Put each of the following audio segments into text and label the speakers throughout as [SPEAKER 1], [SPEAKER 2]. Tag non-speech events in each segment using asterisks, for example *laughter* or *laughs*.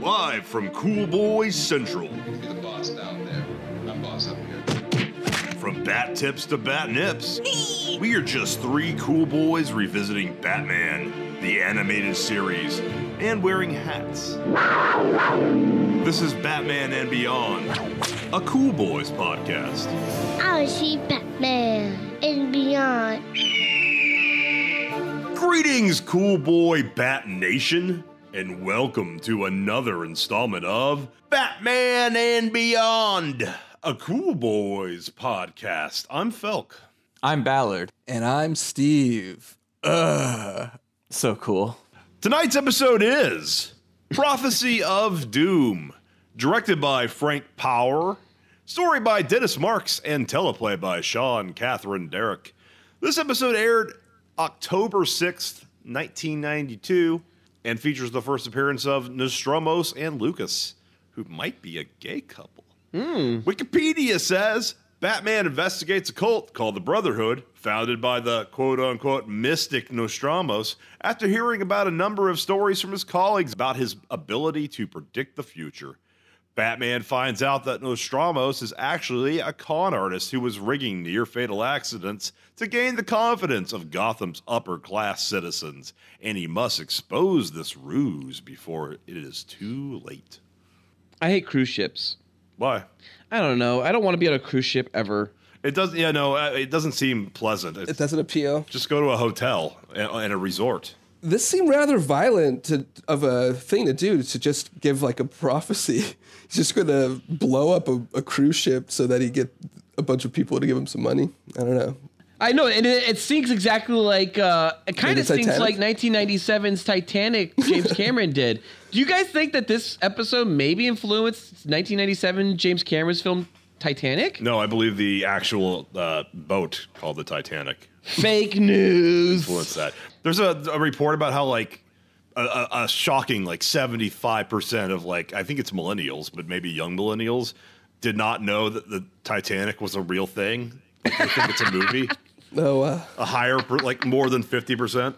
[SPEAKER 1] Live from Cool Boys Central.
[SPEAKER 2] You're the boss down there. I'm boss up here.
[SPEAKER 1] From bat tips to bat nips, we are just three cool boys revisiting Batman, the animated series, and wearing hats. This is Batman and Beyond, a Cool Boys podcast.
[SPEAKER 3] I see Batman and beyond.
[SPEAKER 1] Greetings, Cool Boy Bat Nation, and welcome to another installment of Batman and Beyond, a Cool Boys podcast. I'm Felk.
[SPEAKER 4] I'm Ballard. And I'm Steve. Ugh. So cool.
[SPEAKER 1] Tonight's episode is Prophecy of Doom, directed by Frank Power, story by Dennis Marks, and teleplay by Sean Catherine Derrick. This episode aired October 6th, 1992, and features the first appearance of Nostromos and Lucas, who might be a gay couple. Wikipedia says Batman investigates a cult called the Brotherhood, founded by the quote unquote mystic Nostromos, after hearing about a number of stories from his colleagues about his ability to predict the future. Batman finds out that Nostromos is actually a con artist who was rigging near fatal accidents to gain the confidence of Gotham's upper class citizens, and he must expose this ruse before it is too late.
[SPEAKER 5] I hate cruise ships.
[SPEAKER 1] Why?
[SPEAKER 5] I don't know. I don't want to be on a cruise ship ever.
[SPEAKER 1] It doesn't. Yeah, no, uh, it doesn't seem pleasant. It's-
[SPEAKER 6] If that's an appeal.
[SPEAKER 1] just go to a hotel and, and a resort.
[SPEAKER 6] This seemed rather violent to, of a thing to do to just give like a prophecy. *laughs* He's just going to blow up a, a cruise ship so that he get a bunch of people to give him some money. I don't know.
[SPEAKER 5] I know, and it, it stinks exactly like uh, it kind
[SPEAKER 6] the
[SPEAKER 5] of stinks
[SPEAKER 6] Titanic?
[SPEAKER 5] like 1997's Titanic. *laughs* James Cameron did. Do you guys think that this episode maybe influenced 1997 James Cameron's film Titanic?
[SPEAKER 1] No, I believe the actual uh, boat called the Titanic
[SPEAKER 5] Fake news.
[SPEAKER 1] influenced that. There's a, a report about how like a, a, a shocking like 75 percent of like I think it's millennials, but maybe young millennials did not know that the Titanic was a real thing. They think it's a movie.
[SPEAKER 6] Oh, wow.
[SPEAKER 1] A higher, per- like more than 50 percent.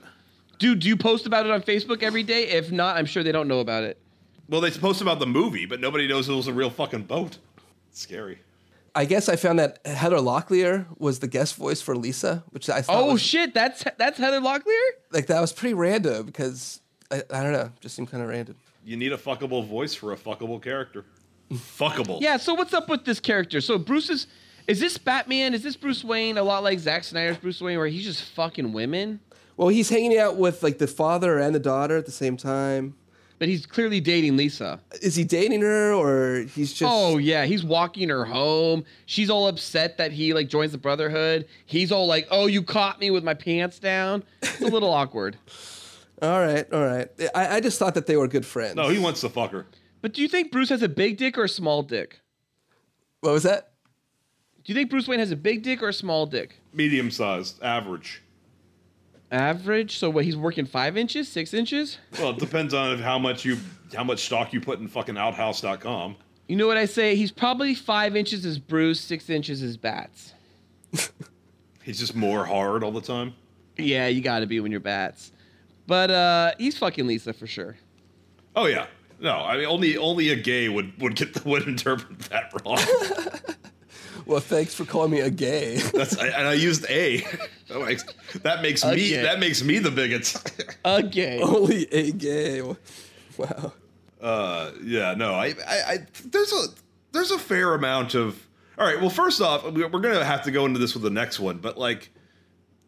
[SPEAKER 5] Dude, do you post about it on Facebook every day? If not, I'm sure they don't know about it.
[SPEAKER 1] Well, they post about the movie, but nobody knows it was a real fucking boat. It's scary.
[SPEAKER 6] I guess I found that Heather Locklear was the guest voice for Lisa, which I thought
[SPEAKER 5] oh
[SPEAKER 6] was,
[SPEAKER 5] shit, that's that's Heather Locklear.
[SPEAKER 6] like that was pretty random because I, I don't know, just seemed kind of random.
[SPEAKER 1] You need a fuckable voice for a fuckable character. fuckable.
[SPEAKER 5] Yeah, so what's up with this character? So Bruce is is this Batman? Is this Bruce Wayne a lot like Zack Snyder's Bruce Wayne where he's just fucking women?
[SPEAKER 6] Well, he's hanging out with like the father and the daughter at the same time.
[SPEAKER 5] But he's clearly dating Lisa.
[SPEAKER 6] Is he dating her or he's just?
[SPEAKER 5] Oh yeah, he's walking her home. She's all upset that he like joins the Brotherhood. He's all like, "Oh, you caught me with my pants down." It's a little *laughs* awkward.
[SPEAKER 6] all right, all right. I, I just thought that they were good friends.
[SPEAKER 1] No, he wants to fuck her.
[SPEAKER 5] But do you think Bruce has a big dick or a small dick?
[SPEAKER 6] what was that?
[SPEAKER 5] Do you think Bruce Wayne has a big dick or a small dick?
[SPEAKER 1] Medium sized, average.
[SPEAKER 5] Average. So what? He's working five inches, six inches.
[SPEAKER 1] Well, it depends on how much you how much stock you put in fucking outhouse.com.
[SPEAKER 5] You know what I say? He's probably five inches is Bruce, six inches is Bats.
[SPEAKER 1] He's just more hard all the time.
[SPEAKER 5] Yeah, you got to be when you're bats. But uh, he's fucking Lisa for sure.
[SPEAKER 1] Oh yeah. No, I mean only only a gay would would get the would interpret that wrong.
[SPEAKER 6] Well, thanks for calling me a gay. *laughs*
[SPEAKER 1] That's I, and I used a. *laughs* That makes that makes me
[SPEAKER 5] Okay.
[SPEAKER 1] that makes me the bigot. *laughs*
[SPEAKER 5] Again.
[SPEAKER 6] Only a gay. Wow.
[SPEAKER 1] Uh, yeah, no, I, I, I, there's a, there's a fair amount of. All right, well, first off, we- we're gonna have to go into this with the next one, but like,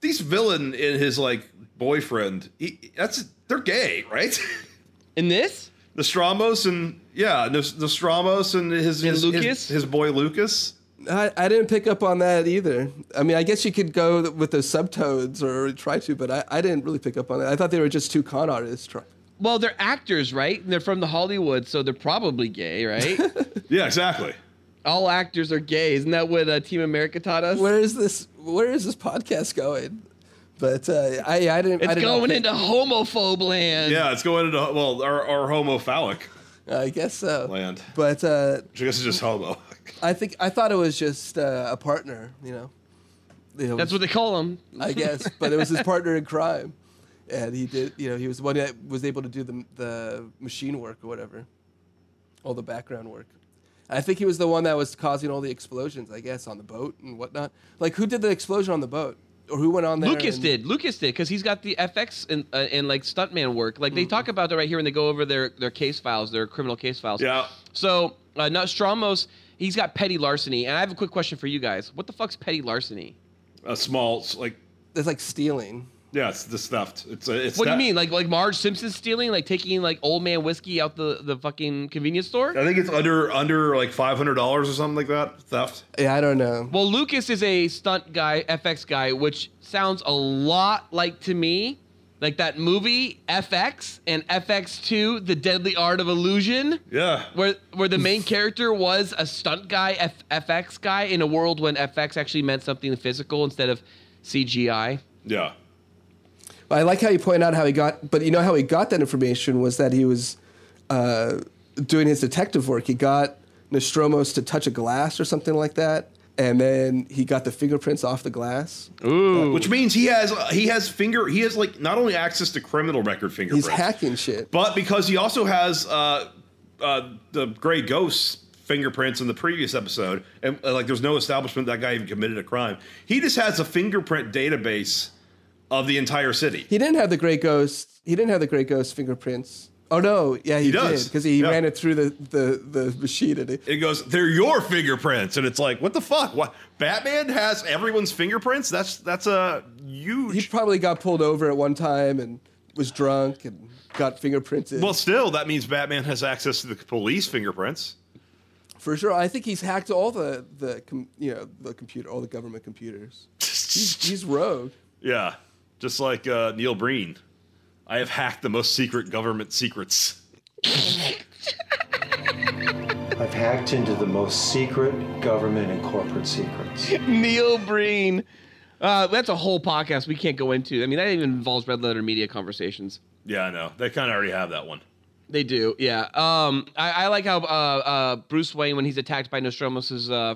[SPEAKER 1] these villain and his like boyfriend, he, that's they're gay, right? *laughs*
[SPEAKER 5] In this?
[SPEAKER 1] Nostromos and yeah, Nos- Nostromos and his
[SPEAKER 5] And
[SPEAKER 1] his, his
[SPEAKER 5] Lucas?
[SPEAKER 1] his boy Lucas.
[SPEAKER 6] I, I didn't pick up on that either. I mean, I guess you could go with those subtones or try to, but I, I didn't really pick up on that. I thought they were just two con artists. try-
[SPEAKER 5] Well, they're actors, right? And they're from the Hollywood, so they're probably gay, right?
[SPEAKER 1] Yeah, exactly.
[SPEAKER 5] All actors are gay. Isn't that what uh, Team America taught us?
[SPEAKER 6] Where is this? Where is this podcast going? But uh, I I didn't. I
[SPEAKER 5] it's
[SPEAKER 6] didn't
[SPEAKER 5] going
[SPEAKER 6] pick-
[SPEAKER 5] into homophobe land.
[SPEAKER 1] Yeah, it's going into well our our homophallic
[SPEAKER 6] I guess so.
[SPEAKER 1] land.
[SPEAKER 6] But uh,
[SPEAKER 1] Which I guess is just homo. *laughs*
[SPEAKER 6] I think I thought it was just uh, a partner. You know. You know,
[SPEAKER 5] That's what they call them.
[SPEAKER 6] I
[SPEAKER 5] *laughs*
[SPEAKER 6] guess, but it was his partner in crime, and he did. You know, he was the one that was able to do the the machine work or whatever. all the background work. I think he was the one that was causing all the explosions, I guess, on the boat and whatnot. Like, who did the explosion on the boat, or who went on there?
[SPEAKER 5] Lucas
[SPEAKER 6] and-
[SPEAKER 5] did. Lucas did because he's got the FX and uh, and like stuntman work. Like they talk about that right here when they go over their their case files, their criminal case files.
[SPEAKER 1] Yeah.
[SPEAKER 5] So uh, Nostromos, he's got petty larceny, and I have a quick question for you guys. What the fuck's petty larceny?
[SPEAKER 1] A small, s- like,
[SPEAKER 6] That's like stealing.
[SPEAKER 1] yeah, it's the stuffed. It's a, it's
[SPEAKER 5] What do you
[SPEAKER 1] that-
[SPEAKER 5] mean? Like like Marge Simpson stealing, like taking like old man whiskey out the the fucking convenience store?
[SPEAKER 1] I think it's under under like five hundred dollars or something like that. Theft.
[SPEAKER 6] Yeah, I don't know.
[SPEAKER 5] Well, Lucas is a stunt guy, FX guy, which sounds a lot like to me, like that movie FX and FX2, The Deadly Art of Illusion,
[SPEAKER 1] Yeah.
[SPEAKER 5] where where the *laughs* main character was a stunt guy, F- FX guy, in a world when FX actually meant something physical instead of CGI.
[SPEAKER 1] Yeah.
[SPEAKER 6] I like how you point out how he got, but you know how he got that information was that he was uh, doing his detective work. He got Nostromos to touch a glass or something like that, and then he got the fingerprints off the glass.
[SPEAKER 1] Which means he has he has finger he has like not only access to criminal record
[SPEAKER 6] He's
[SPEAKER 1] fingerprints,
[SPEAKER 6] hacking shit.
[SPEAKER 1] but because he also has uh, uh, the gray ghost fingerprints in the previous episode, and uh, like there's no establishment that guy even committed a crime. He just has a fingerprint database of the entire city.
[SPEAKER 6] He didn't have the Great Ghost. He didn't have the Great Ghost fingerprints. Oh no, yeah, he,
[SPEAKER 1] does.
[SPEAKER 6] did because he
[SPEAKER 1] Yeah.
[SPEAKER 6] ran it through the the, the machine. And it,
[SPEAKER 1] It goes, they're your fingerprints, and it's like, what the fuck? What Batman has everyone's fingerprints? That's that's a
[SPEAKER 6] he
[SPEAKER 1] huge.
[SPEAKER 6] probably got pulled over at one time and was drunk and got fingerprinted.
[SPEAKER 1] well, still, that means Batman has access to the police fingerprints.
[SPEAKER 6] For sure, I think he's hacked all the the com, you know the computer, all the government computers.
[SPEAKER 5] *laughs*
[SPEAKER 6] He's, he's rogue.
[SPEAKER 1] Yeah, just like uh, Neil Breen, I have hacked the most secret government secrets.
[SPEAKER 7] I've hacked into the most secret government and corporate secrets.
[SPEAKER 5] Neil Breen. Uh, that's a whole podcast we can't go into. I mean, that even involves red letter media conversations.
[SPEAKER 1] Yeah, I know. They kind of already have that one.
[SPEAKER 5] They do, yeah. Um, I, I like how uh, uh, Bruce Wayne, when he's attacked by Nostromos' uh,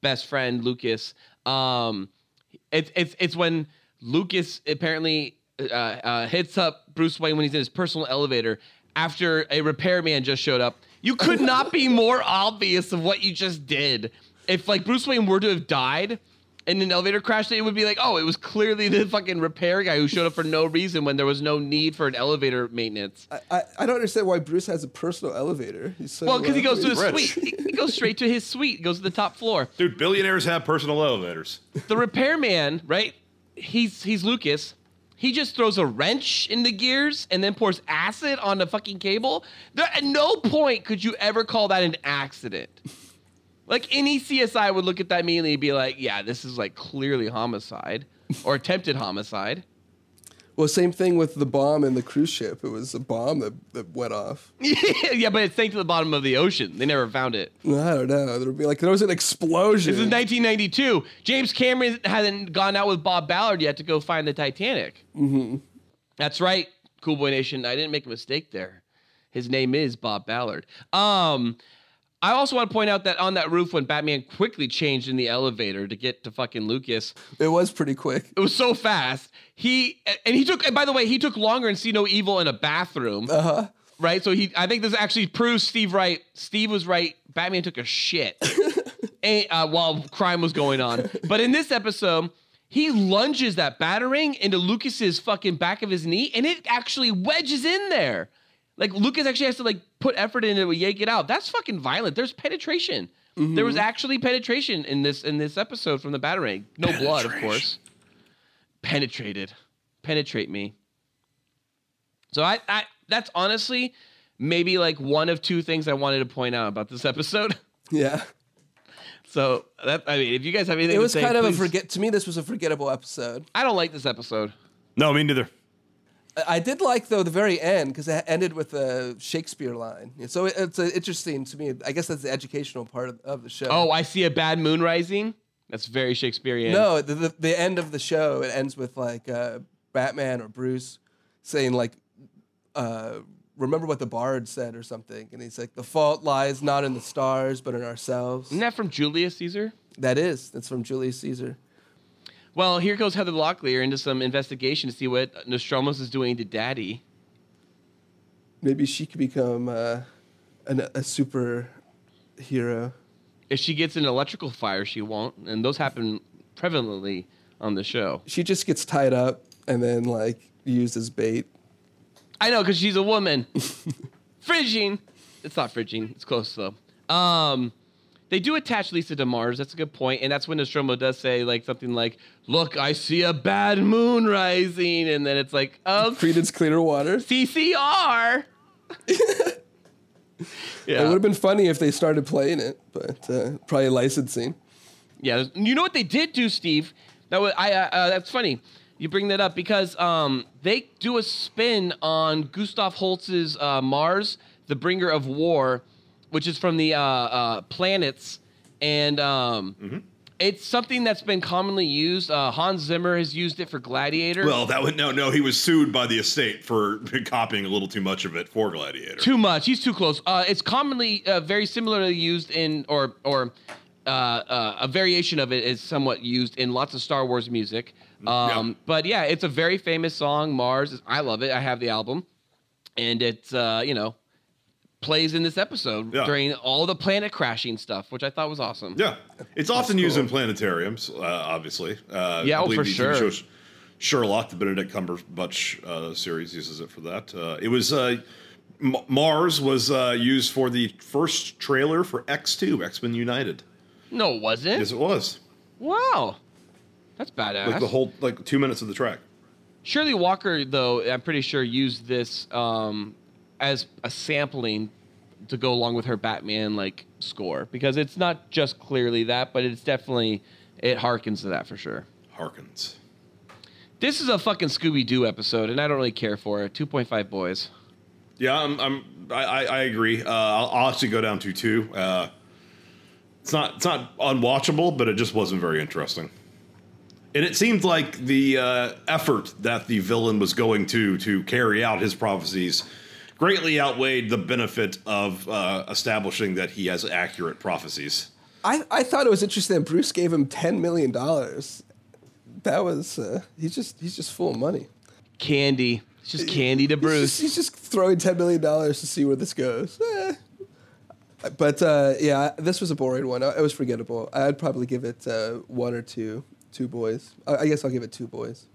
[SPEAKER 5] best friend Lucas, um, it's it's it's when Lucas apparently uh, uh, hits up Bruce Wayne when he's in his personal elevator after a repairman just showed up. You could not be more obvious of what you just did. If like Bruce Wayne were to have died in an elevator crash, it would be like, oh, it was clearly the fucking repair guy who showed up for no reason when there was no need for an elevator maintenance.
[SPEAKER 6] I, I, I don't understand why Bruce has a personal elevator. He's so
[SPEAKER 5] Well, because he goes to his
[SPEAKER 1] Rich.
[SPEAKER 5] suite. He he goes straight to his suite. He goes to the top floor.
[SPEAKER 1] Dude, billionaires have personal elevators.
[SPEAKER 5] The repairman, right? He's he's Lucas. He just throws a wrench in the gears and then pours acid on the fucking cable. There, at no point could you ever call that an accident. Like any CSI would look at that immediately and be like, "Yeah, this is like clearly homicide or attempted homicide." *laughs*
[SPEAKER 6] well, same thing with the bomb in the cruise ship. It was a bomb that, that went off.
[SPEAKER 5] yeah, but it sank to the bottom of the ocean. They never found it.
[SPEAKER 6] I don't know. There would be like there was an explosion.
[SPEAKER 5] This is 1992. James Cameron hasn't gone out with Bob Ballard yet to go find the Titanic. Mm-hmm. That's right, Cool Boy Nation. I didn't make a mistake there. His name is Bob Ballard. Um, I also want to point out that on that roof, when Batman quickly changed in the elevator to get to fucking Lucas,
[SPEAKER 6] it was pretty quick.
[SPEAKER 5] it was so fast. He and he took. And by the way, he took longer and see no evil in a bathroom. Uh huh. Right. So he. I think this actually proves Steve right. Steve was right. Batman took a shit and, uh, while crime was going on. But in this episode, he lunges that battering into Lucas's fucking back of his knee, and it actually wedges in there. Like Lucas actually has to like put effort into it, yank it out. That's fucking violent. There's penetration. There was actually penetration in this in this episode from the battering. No blood, of course penetrated penetrate me so I, I that's honestly maybe like one of two things i wanted to point out about this episode *laughs*
[SPEAKER 6] Yeah.
[SPEAKER 5] so that i mean if you guys have anything
[SPEAKER 6] It
[SPEAKER 5] to
[SPEAKER 6] was
[SPEAKER 5] say,
[SPEAKER 6] kind of a
[SPEAKER 5] please-
[SPEAKER 6] forget. To me, this was a forgettable episode.
[SPEAKER 5] i don't like this episode
[SPEAKER 1] No, me neither.
[SPEAKER 6] I- I did like though the very end because it ended with a Shakespeare line. So it, it's uh, interesting to me. I guess that's the educational part of, of the show.
[SPEAKER 5] oh i see a bad moon rising that's very shakespearean
[SPEAKER 6] No, the, the the end of the show it ends with like uh, Batman or Bruce saying like, uh, "Remember what the bard said" or something, and he's like, "The fault lies not in the stars but in ourselves."
[SPEAKER 5] isn't that from julius caesar
[SPEAKER 6] That is, that's from Julius Caesar.
[SPEAKER 5] well here goes heather locklear into some investigation to see what nostromos is doing to daddy
[SPEAKER 6] Maybe she could become uh, an, a superhero.
[SPEAKER 5] If she gets an electrical fire, she won't, and those happen prevalently on the show.
[SPEAKER 6] She just gets tied up and then like used as bait.
[SPEAKER 5] I know because she's a woman. fridging. It's not fridging. It's close though. Um, they do attach Lisa to Mars. That's a good point, and that's when Nostromo does say like something like, "Look, I see a bad moon rising," and then it's like,
[SPEAKER 6] *laughs*
[SPEAKER 5] "Oh,
[SPEAKER 6] Credence Clearwater.
[SPEAKER 5] CCR."
[SPEAKER 6] It would
[SPEAKER 5] yeah.
[SPEAKER 6] have been funny if they started playing it, but uh, probably licensing.
[SPEAKER 5] Yeah, there's- you know what they did do, Steve? That was I. Uh, uh, that's funny. You bring that up because um, they do a spin on Gustav Holst's uh, Mars, the bringer of war, which is from the uh, uh, planets, and um, it's something that's been commonly used. Uh, Hans Zimmer has used it for Gladiator.
[SPEAKER 1] Well, that would no, no. He was sued by the estate for *laughs* copying a little too much of it for Gladiator.
[SPEAKER 5] too much. He's too close. Uh, it's commonly uh, very similarly used in, or or uh, uh, a variation of it is somewhat used in lots of Star Wars music. Um,
[SPEAKER 1] Mm, Yeah.
[SPEAKER 5] But yeah, it's a very famous song. Mars. is- I love it. I have the album, and it's uh, you know plays in this episode
[SPEAKER 1] Yeah.
[SPEAKER 5] during all the planet crashing stuff, which I thought was awesome.
[SPEAKER 1] Yeah, it's often used in planetariums, uh, obviously. Uh,
[SPEAKER 5] Yeah,
[SPEAKER 1] I
[SPEAKER 5] oh,
[SPEAKER 1] believe
[SPEAKER 5] for
[SPEAKER 1] the TV
[SPEAKER 5] sure.
[SPEAKER 1] show Sh- Sherlock, the Benedict Cumberbatch uh, series, uses it for that. Uh, it was uh, M- Mars was uh, used for the first trailer for X Two X Men United.
[SPEAKER 5] No, it wasn't.
[SPEAKER 1] Yes, it was
[SPEAKER 5] Wow, that's badass.
[SPEAKER 1] like the whole like two minutes of the track.
[SPEAKER 5] Shirley Walker, though, I'm pretty sure used this um, as a sampling to go along with her Batman like score because it's not just clearly that, but it's definitely it harkens to that for sure.
[SPEAKER 1] Harkins.
[SPEAKER 5] This is a fucking Scooby Doo episode, and I don't really care for it. 2.5 boys.
[SPEAKER 1] Yeah, I'm. I'm I, I, I agree. Uh, I'll, I'll actually go down to two. Uh, it's not. It's not unwatchable, but it just wasn't very interesting. And it seemed like the uh, effort that the villain was going to to carry out his prophecies greatly outweighed the benefit of uh, establishing that he has accurate prophecies.
[SPEAKER 6] I, I thought it was interesting that Bruce gave him ten million dollars. That was uh, he's just he's just full of money.
[SPEAKER 5] Candy. It's just candy to
[SPEAKER 6] He's just,
[SPEAKER 5] Bruce.
[SPEAKER 6] he's just throwing ten million dollars to see where this goes. Eh. But uh, yeah, this was a boring one. It was forgettable. I'd probably give it uh, one or two, two boys. I I guess I'll give it two boys.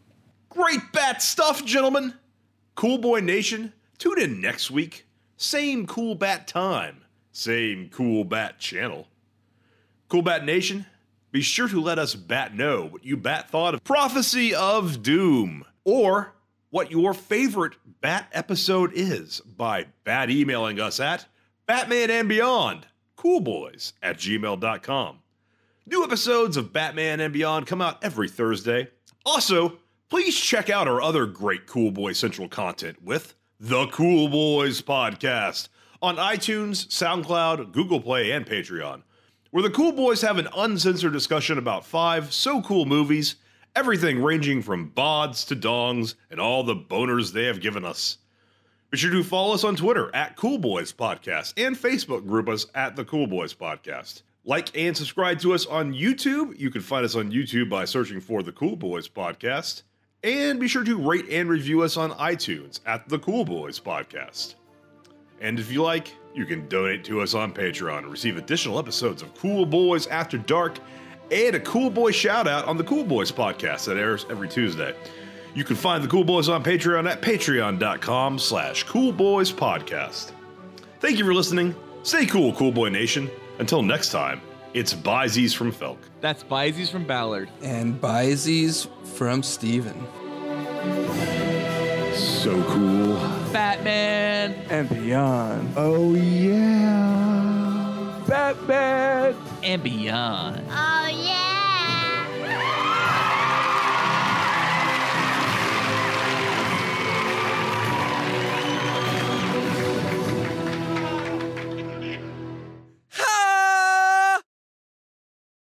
[SPEAKER 1] Great bat stuff, gentlemen. Cool Boy Nation, tune in next week. Same cool bat time, same cool bat channel. Cool Bat Nation, be sure to let us bat know what you bat thought of Prophecy of Doom or what your favorite bat episode is by bat emailing us at Batman and Beyond, coolboys at gmail.com. New episodes of Batman and Beyond come out every Thursday. Also, please check out our other great Cool Boy Central content with the Cool Boys Podcast on iTunes, SoundCloud, Google Play, and Patreon, where the Cool Boys have an uncensored discussion about five so cool movies, everything ranging from bods to dongs and all the boners they have given us. Be sure to follow us on Twitter at Cool Boys Podcast and Facebook group us at the Cool Boys Podcast. Like and subscribe to us on YouTube. You can find us on YouTube by searching for the Cool Boys Podcast. And be sure to rate and review us on iTunes at the Cool Boys Podcast. And if you like, you can donate to us on Patreon and receive additional episodes of Cool Boys After Dark and a Cool Boy shout out on the Cool Boys podcast that airs every Tuesday. You can find the Cool Boys on Patreon at patreon.com slash Cool Boys Podcast. Thank you for listening. Stay cool, Cool Boy Nation. Until next time, it's Byzies from Felk.
[SPEAKER 5] That's Byzies from Ballard.
[SPEAKER 4] And Byzies from Steven.
[SPEAKER 1] So cool.
[SPEAKER 5] Batman.
[SPEAKER 4] And beyond.
[SPEAKER 7] Oh, yeah.
[SPEAKER 5] and beyond.
[SPEAKER 3] Oh yeah!